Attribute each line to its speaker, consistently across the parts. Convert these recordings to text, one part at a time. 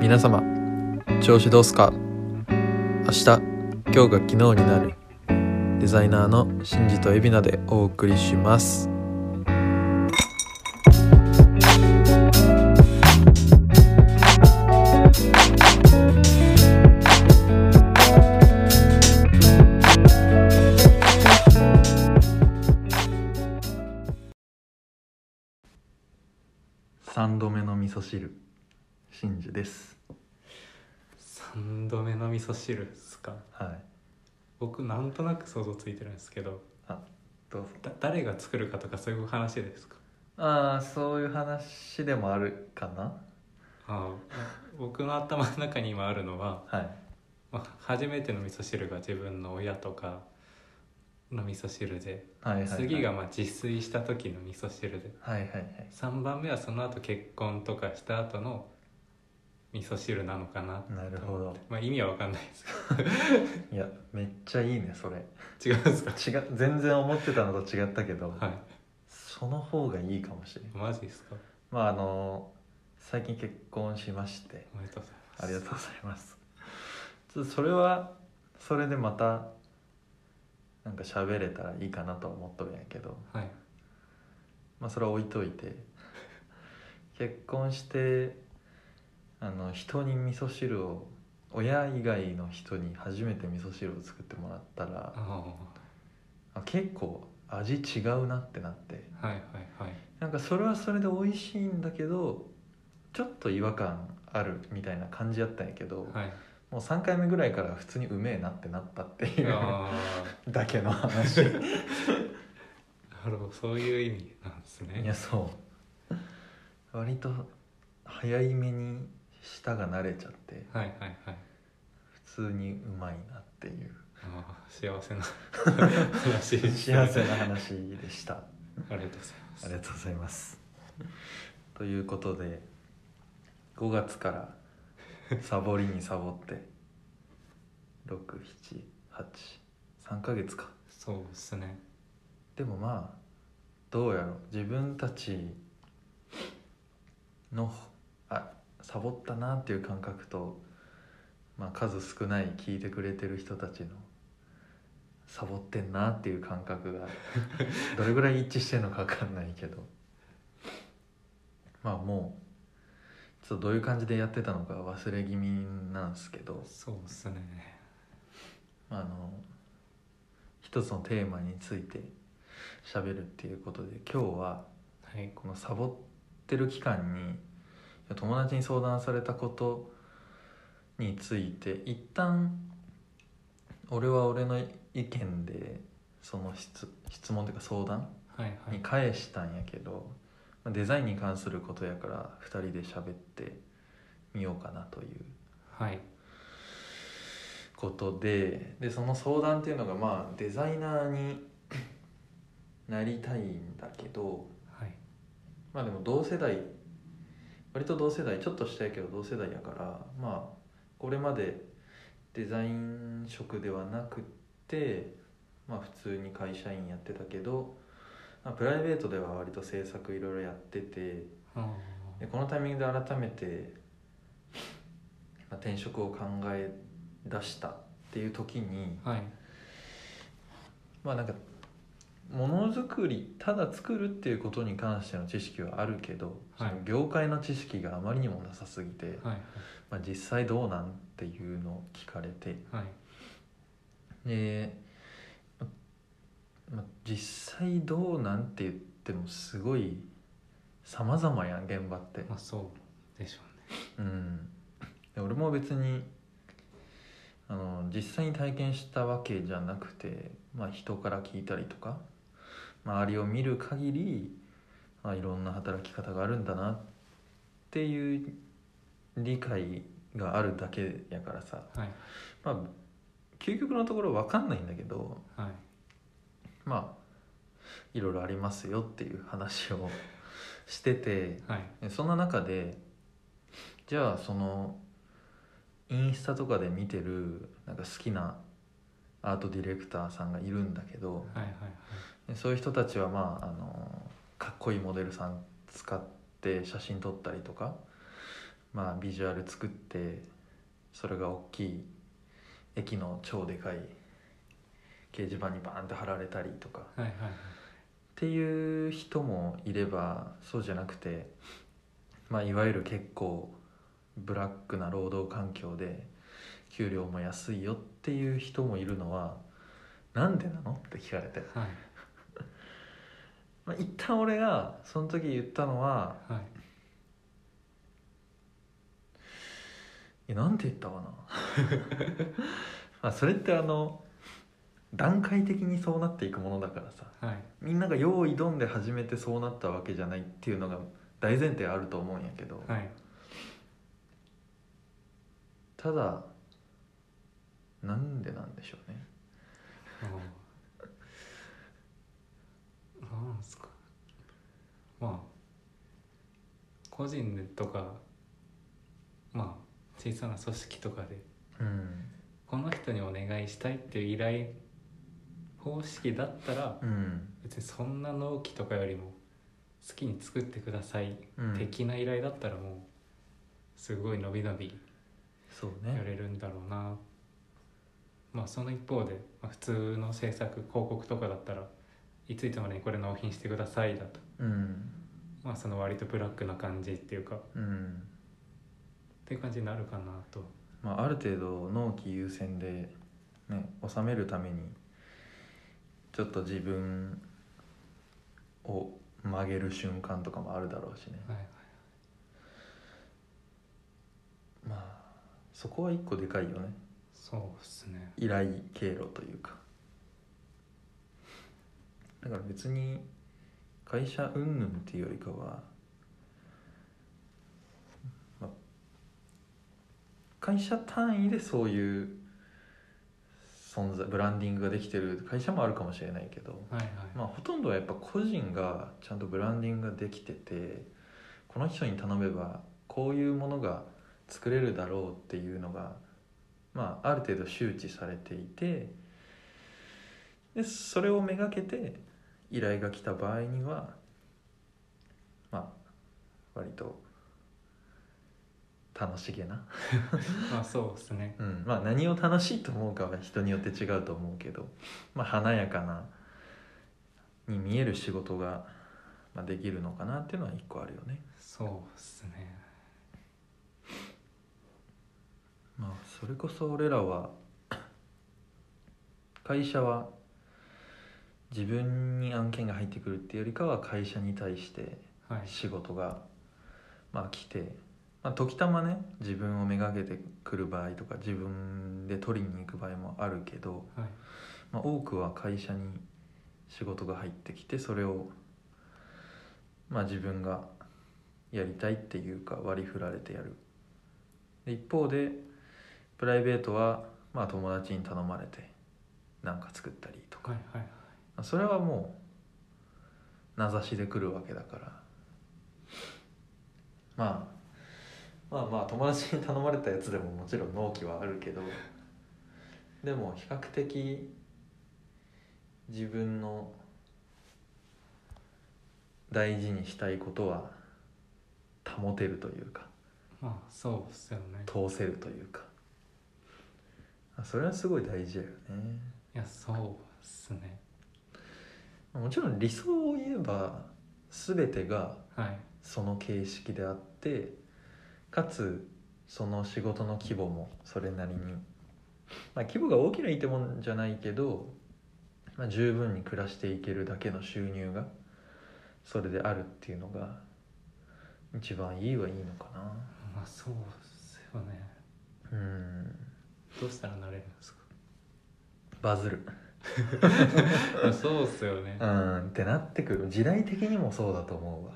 Speaker 1: 皆様調子どうすか明日今日が昨日になるデザイナーのシンジとエビナでお送りします3度目の味噌汁シンジです
Speaker 2: 3度目の味噌汁っすか
Speaker 1: はい
Speaker 2: 僕なんとなく想像ついてるんですけど
Speaker 1: あどうぞ
Speaker 2: だ誰が作るかとかそういう話ですか
Speaker 1: ああそういう話でもあるかな
Speaker 2: ああ僕の頭の中に今あるのは、
Speaker 1: はい
Speaker 2: まあ、初めての味噌汁が自分の親とかの味噌汁で
Speaker 1: はいはい、はい、
Speaker 2: 次がまあ自炊した時の味噌汁で
Speaker 1: はいはいはい
Speaker 2: 3番目はその後結婚とかした後の味噌汁なのかなと思って
Speaker 1: なるほど
Speaker 2: まあ意味は分かんないです
Speaker 1: いやめっちゃいいねそれ
Speaker 2: けど違うんですか
Speaker 1: 違う全然思ってたのと違ったけど、
Speaker 2: はい
Speaker 1: その方がいいかもしれない
Speaker 2: マジですか
Speaker 1: まああの最近結婚しまして
Speaker 2: おめでとうございます
Speaker 1: ありがとうございますちょっとそれはそれでまたなんか喋れたらいいかなとは思っとるんやけど
Speaker 2: はい
Speaker 1: まあそれは置いといて 結婚してあの人に味噌汁を親以外の人に初めて味噌汁を作ってもらったら
Speaker 2: あ
Speaker 1: あ結構味違うなってなって
Speaker 2: あはいはいはい
Speaker 1: なんかそれはそれで美味しいんだけどちょっと違和感あるみたいな感じやったんやけど、
Speaker 2: はい、
Speaker 1: もう3回目ぐらいから普通にうめえなってなったっていう
Speaker 2: あ
Speaker 1: だけの 話い
Speaker 2: あなるほどそういう意味なんですね
Speaker 1: やそう割と早い目に舌が慣れちゃって
Speaker 2: はいはいはい
Speaker 1: 普通にうまいなっていう
Speaker 2: ああ 幸せな話
Speaker 1: 幸せな
Speaker 2: あ
Speaker 1: 話で したあ
Speaker 2: りがとうございます
Speaker 1: りがとうございますということで5月からサボりにサボって6783ヶ月か
Speaker 2: そうですね
Speaker 1: でもまあどうやろう自分たちのあサボったなっていう感覚と、まあ、数少ない聞いてくれてる人たちのサボってんなっていう感覚がどれぐらい一致してるのか分かんないけどまあもうちょっとどういう感じでやってたのか忘れ気味なんですけど、
Speaker 2: そうですね
Speaker 1: まああの一つのテーマについて喋るっていうことで今日は
Speaker 2: はい
Speaker 1: このサボってる期間に友達に相談されたことについて一旦俺は俺の意見でその質質問というか相談
Speaker 2: はいは
Speaker 1: に
Speaker 2: い
Speaker 1: 返したんやけど、まあデザインに関することやから2人で喋ってみようかなという
Speaker 2: はい
Speaker 1: ことででその相談っていうのがまあデザイナーに なりたいんだけど
Speaker 2: はい
Speaker 1: まあでも同世代割と同世代ちょっとしたやけど同世代やからまあこれまでデザイン職ではなくってまあ普通に会社員やってたけど、まあ、プライベートでは割と制作いろいろやってて
Speaker 2: あ
Speaker 1: でこのタイミングで改めて、まあ、転職を考え出したっていう時に
Speaker 2: あはい
Speaker 1: まあなんかものづくりただ作るっていうことに関しての知識はあるけど、
Speaker 2: はい
Speaker 1: その業界の知識があまりにもなさすぎて、
Speaker 2: はい
Speaker 1: まあ、実際どうなんっていうのを聞かれて
Speaker 2: はい
Speaker 1: で、ままあ、実際どうなんって言ってもすごい様々やん現場って。
Speaker 2: まあそうでしょう
Speaker 1: う
Speaker 2: ね
Speaker 1: ん、で俺も別にあの実際に体験したわけじゃなくて、まあ、人から聞いたりとか周りを見る限りあいろんな働き方があるんだなっていう理解があるだけやからさ、
Speaker 2: はい
Speaker 1: まあ、究極のところ分かんないんだけど
Speaker 2: はい
Speaker 1: まあいろいろありますよっていう話をしてて。
Speaker 2: はい
Speaker 1: でそんな中でじゃあそのインスタとかで見てるなんか好きなアートディレクターさんがいるんだけど
Speaker 2: はいはい
Speaker 1: でそういう人たちはまああのかっこいいモデルさん使って写真撮ったりとか、まあ、ビジュアル作ってそれが大きい駅の超でかい掲示板にバーンって貼られたりとかっ
Speaker 2: はいはいはい
Speaker 1: ていう人もいればそうじゃなくて、まあ、いわゆる結構ブラックな労働環境で給料も安いよっていう人もいるのはなんでなのって聞かれて、
Speaker 2: はい
Speaker 1: まあ、一旦俺がその時言ったのは
Speaker 2: はい
Speaker 1: いやなんて言ったかな まあそれってあの段階的にそうなっていくものだからさ
Speaker 2: はい
Speaker 1: みんなが用意どんで始めてそうなったわけじゃないっていうのが大前提あると思うんやけど、
Speaker 2: はい
Speaker 1: ただなんでなんでしょうね
Speaker 2: あーなんすかまあ個人でとかまあ小さな組織とかで
Speaker 1: うん
Speaker 2: この人にお願いしたいっていう依頼方式だったら
Speaker 1: うん
Speaker 2: 別にそんな納期とかよりも好きに作ってください
Speaker 1: うん
Speaker 2: 的な依頼だったらもうすごい伸び伸び
Speaker 1: そう
Speaker 2: や
Speaker 1: ね
Speaker 2: れるんだろうな、まあその一方で、まあ、普通の制作広告とかだったらいついつまでにこれ納品してくださいだと
Speaker 1: うん
Speaker 2: まあその割とブラックな感じっていうかっ
Speaker 1: うん
Speaker 2: ていう感じになるかなと
Speaker 1: まあ、ある程度納期優先で、ね、収めるためにちょっと自分を曲げる瞬間とかもあるだろうしね、
Speaker 2: はい
Speaker 1: まあそこは一個でかいよね
Speaker 2: そうですね
Speaker 1: 依頼経路というかだから別に会社云々っていうよりかは、まあ、会社単位でそういう存在ブランディングができてる会社もあるかもしれないけど、
Speaker 2: はいはい、
Speaker 1: まあ、ほとんどはやっぱ個人がちゃんとブランディングができててこの人に頼めばこういうものが作れるだろうっていうのが、まあ、ある程度周知されていてでそれをめがけて依頼が来た場合にはまあ割と楽しげな、
Speaker 2: まあそうですね
Speaker 1: うんまあ、何を楽しいと思うかは人によって違うと思うけど、まあ、華やかなに見える仕事が、まあ、できるのかなっていうのは一個あるよね。
Speaker 2: そうですね
Speaker 1: まあそれこそ俺らは 会社は自分に案件が入ってくるっていうよりかは会社に対して
Speaker 2: はい
Speaker 1: 仕事がまあ来て、まあ、時たまね自分をめがけてくる場合とか自分で取りに行く場合もあるけど、
Speaker 2: はい
Speaker 1: まあ、多くは会社に仕事が入ってきてそれをまあ自分がやりたいっていうか割り振られてやるで一方でプライベートはまあ友達に頼まれて何か作ったりとか
Speaker 2: はいはいはい
Speaker 1: まあそれはもう名指しで来るわけだからまあまあまあ友達に頼まれたやつでももちろん納期はあるけどでも比較的自分の大事にしたいことは保てるというか
Speaker 2: まあそうっすよね
Speaker 1: 通せるというかあそれはすごい大事だよね。
Speaker 2: いやそうっすね
Speaker 1: もちろん理想を言えば全てが
Speaker 2: はい
Speaker 1: その形式であってかつその仕事の規模もそれなりに、まあ、規模が大きないってもんじゃないけど、まあ、十分に暮らしていけるだけの収入がそれであるっていうのが一番いいはいいのか
Speaker 2: まあそうっすよね
Speaker 1: なうん
Speaker 2: どうしたらなれるんですか
Speaker 1: バズる
Speaker 2: いやそうっすよね
Speaker 1: うんってなってくる時代的にもそうだと思うわ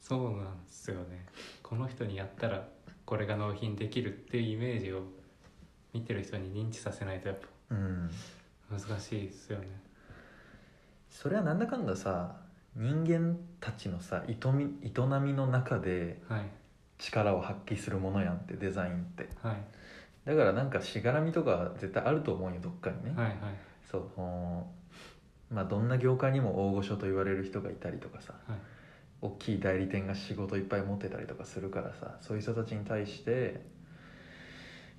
Speaker 2: そうなんですよねこの人にやったらこれが納品できるっていうイメージを見てる人に認知させないとやっ
Speaker 1: う
Speaker 2: ぱ
Speaker 1: ん
Speaker 2: 難しいですよね
Speaker 1: それはなんだかんださ人間たちのさ営み営みの中で
Speaker 2: はい
Speaker 1: 力を発揮するものやんってデザインって
Speaker 2: はい
Speaker 1: だからなんかしがらみとか絶対あると思うよどっかにね、
Speaker 2: はいはい
Speaker 1: そのまあどんな業界にも大御所と言われる人がいたりとかさ
Speaker 2: はい
Speaker 1: 大きい代理店が仕事いっぱい持ってたりとかするからさそういう人たちに対して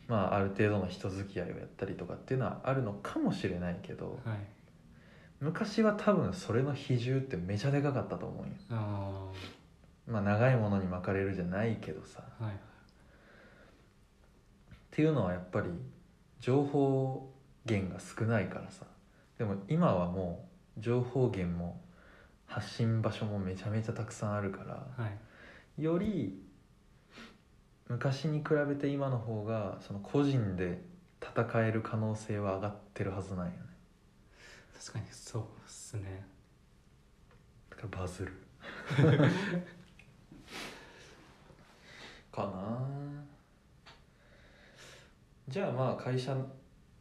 Speaker 1: まあある程度の人付き合いをやったりとかっていうのはあるのかもしれないけど
Speaker 2: はい
Speaker 1: 昔は多分それの比重ってめちゃでかかったと思うんよ
Speaker 2: あ
Speaker 1: まあ長いものに巻かれるじゃないけどさ
Speaker 2: あはい
Speaker 1: っていうのはやっぱり情報源が少ないからさでも今はもう情報源も発信場所もめちゃめちゃたくさんあるから
Speaker 2: はい
Speaker 1: より昔に比べて今の方がその個人で戦える可能性は上がってるはずなんよね
Speaker 2: 確かにそうっすね
Speaker 1: だからバズるかなじゃあまあ会社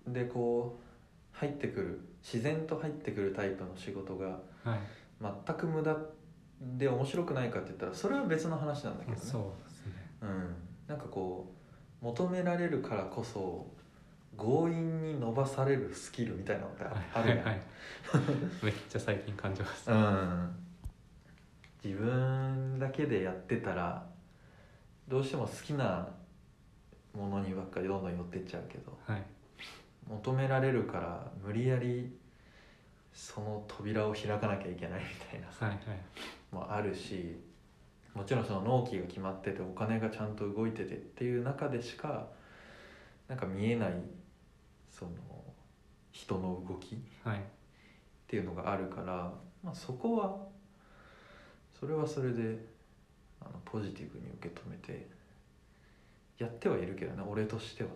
Speaker 1: でこう入ってくる自然と入ってくるタイプの仕事が
Speaker 2: はい
Speaker 1: 全く無駄で面白くないかって言ったらそれは別の話なんだけどね
Speaker 2: そうですね
Speaker 1: うん、なんかこう求められるからこそ強引に伸ばされるスキルみたいなのってああ
Speaker 2: はい
Speaker 1: るや
Speaker 2: は
Speaker 1: ん
Speaker 2: い、はいめっちゃ最近感じます
Speaker 1: うん、自分だけでやってたらどうしても好きなものにばっかりどんどん寄ってっちゃうけど
Speaker 2: はい
Speaker 1: 求められるから無理やりその扉を開かなきゃいけないみたいな
Speaker 2: はいはい
Speaker 1: もあるしもちろんその納期が決まっててお金がちゃんと動いててっていう中でしかなんか見えないその人の動きっ
Speaker 2: はい
Speaker 1: ていうのがあるから、まあ、そこはそれはそれであのポジティブに受け止めてやってはいるけどね俺としてはね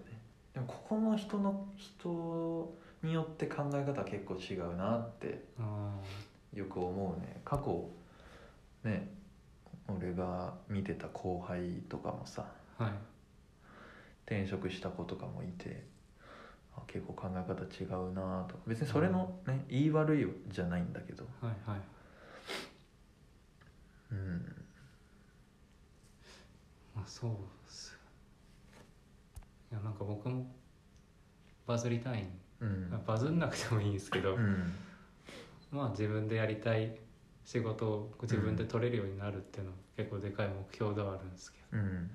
Speaker 1: でもここの人の人によって考え方は結構違うなって
Speaker 2: あ
Speaker 1: よく思うね過去ね俺が見てた後輩とかもさ
Speaker 2: あはい
Speaker 1: 転職した子とかもいてあ結構考え方違うなとか別にそれのね、言い悪いじゃないんだけど
Speaker 2: はいはい
Speaker 1: うん
Speaker 2: まあそうっすいやなんか僕もバズりたいん
Speaker 1: うん
Speaker 2: バズんなくてもいいんですけど、
Speaker 1: うん
Speaker 2: まあ自分でやりたい仕事を自分で取れるようになるっていうのは結構でかい目標ではあるんですけど
Speaker 1: うん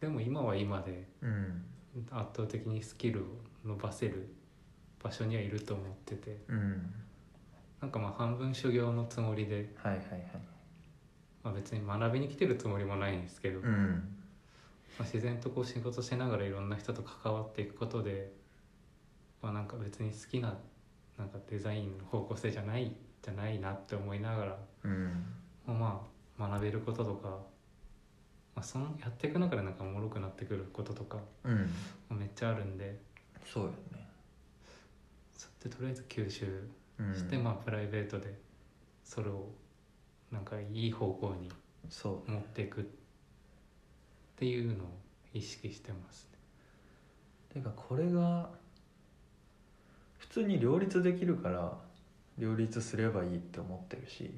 Speaker 2: でも今は今で
Speaker 1: うん
Speaker 2: 圧倒的にスキルを伸ばせる場所にはいると思ってて
Speaker 1: うん
Speaker 2: なんかまあ半分修行のつもりで、
Speaker 1: はいはいはい
Speaker 2: まあ、別に学びに来てるつもりもないんですけど、
Speaker 1: う
Speaker 2: ま
Speaker 1: ん
Speaker 2: あ、自然とこう仕事しながらいろんな人と関わっていくことで、まあ、なんか別に好きななんかデザインの方向性じゃないじゃないなって思いながら
Speaker 1: うん
Speaker 2: まあ学べることとか、まあ、そのやっていく中でなんかおもろくなってくることとか
Speaker 1: うん
Speaker 2: まあめっちゃあるんで
Speaker 1: そうよね
Speaker 2: それでとりあえず吸収
Speaker 1: うん
Speaker 2: して、まあプライベートでそれをなんかいい方向に
Speaker 1: そう
Speaker 2: 持っていくっていうのを意識してます
Speaker 1: て
Speaker 2: ね。
Speaker 1: かこれが普通に両立できるから両立すればいいって思ってるし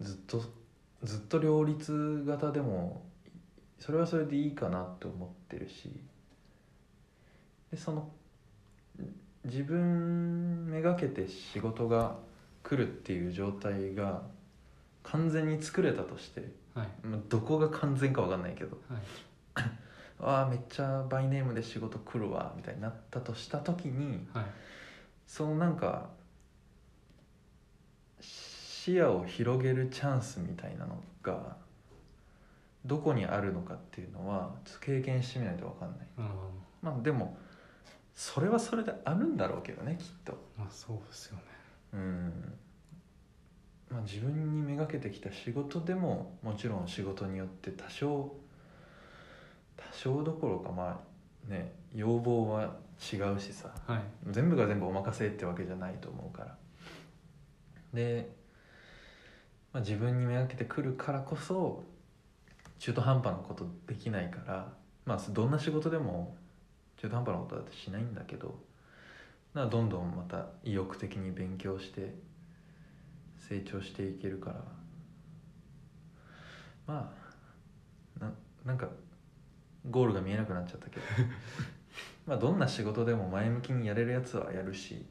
Speaker 1: ずっとずっと両立型でもそれはそれでいいかなって思ってるしでその自分めがけて仕事が来るっていう状態が完全に作れたとして、
Speaker 2: はい
Speaker 1: まあ、どこが完全か分かんないけど
Speaker 2: はい
Speaker 1: わあめっちゃバイネームで仕事来るわみたいになったとした時に
Speaker 2: はい
Speaker 1: そのなんか視野を広げるチャンスみたいなのがどこにあるのかっていうのはちょっと経験してみないと分かんない
Speaker 2: うん
Speaker 1: まあでもそれはそれであるんだろうけどねきっと
Speaker 2: まあそうですよね。
Speaker 1: うんまあ自分にめがけてきた仕事でももちろん仕事によって多少多少どころかまあね要望は違うしさ
Speaker 2: はい
Speaker 1: 全部が全部お任せってわけじゃないと思うからで、まあ、自分にめがけてくるからこそ中途半端なことできないからまあどんな仕事でも中途半端なことだってしないんだけどだからどんどんまた意欲的に勉強して成長していけるからまあななんかゴールが見えなくなっちゃったけどまあどんな仕事でも前向きにやれるやつはやるし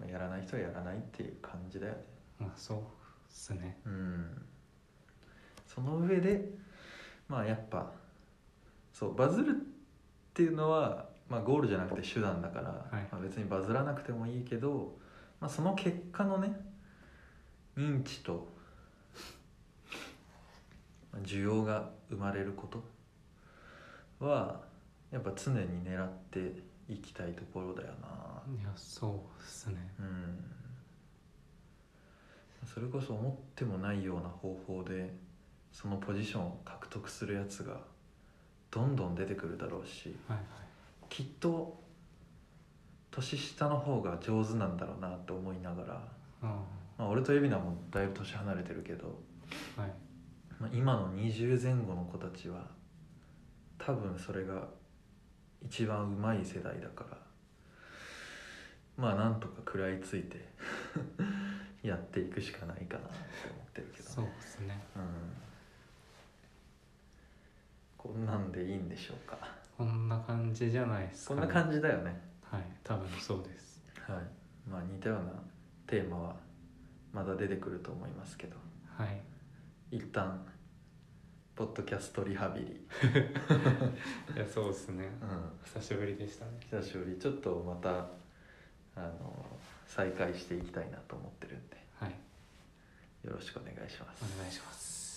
Speaker 1: まあやらない人はやらないっていう感じだよね
Speaker 2: うまあそうっすね
Speaker 1: うんその上でまあやっぱそうバズるっていうのは、まあ、ゴールじゃなくて手段だから、
Speaker 2: はい
Speaker 1: まあ、別にバズらなくてもいいけど、まあ、その結果のね認知とまあ需要が生まれることはやっぱ常に狙っていきたいところだよな。
Speaker 2: いやそうっすね
Speaker 1: うんそれこそ思ってもないような方法でそのポジションを獲得するやつがどんどん出てくるだろうし
Speaker 2: はいはい
Speaker 1: きっと年下の方が上手なんだろうなと思いながら、
Speaker 2: あ
Speaker 1: まあ、俺と海老名もだいぶ年離れてるけど、
Speaker 2: あはい
Speaker 1: まあ、今の20前後の子たちは多分それが一番うまい世代だからまあなんとか食らいついて やっていくしかないかなって思ってるけど、ね
Speaker 2: そうっすね
Speaker 1: うん、こんなんでいいんでしょうか
Speaker 2: こんな感じじゃないです
Speaker 1: こ
Speaker 2: か、
Speaker 1: ん
Speaker 2: ね、
Speaker 1: な感じだよね
Speaker 2: はい多分そうです
Speaker 1: はいまあ似たようなテーマはまだ出てくると思いますけど
Speaker 2: はい
Speaker 1: 一旦ポッドキャストリハビリ、
Speaker 2: いやそうっすね
Speaker 1: うん
Speaker 2: 久しぶりでしたね
Speaker 1: 久しぶりちょっとまたあの再開していきたいなと思ってるんで
Speaker 2: はい
Speaker 1: よろしくお願いします。
Speaker 2: お願いします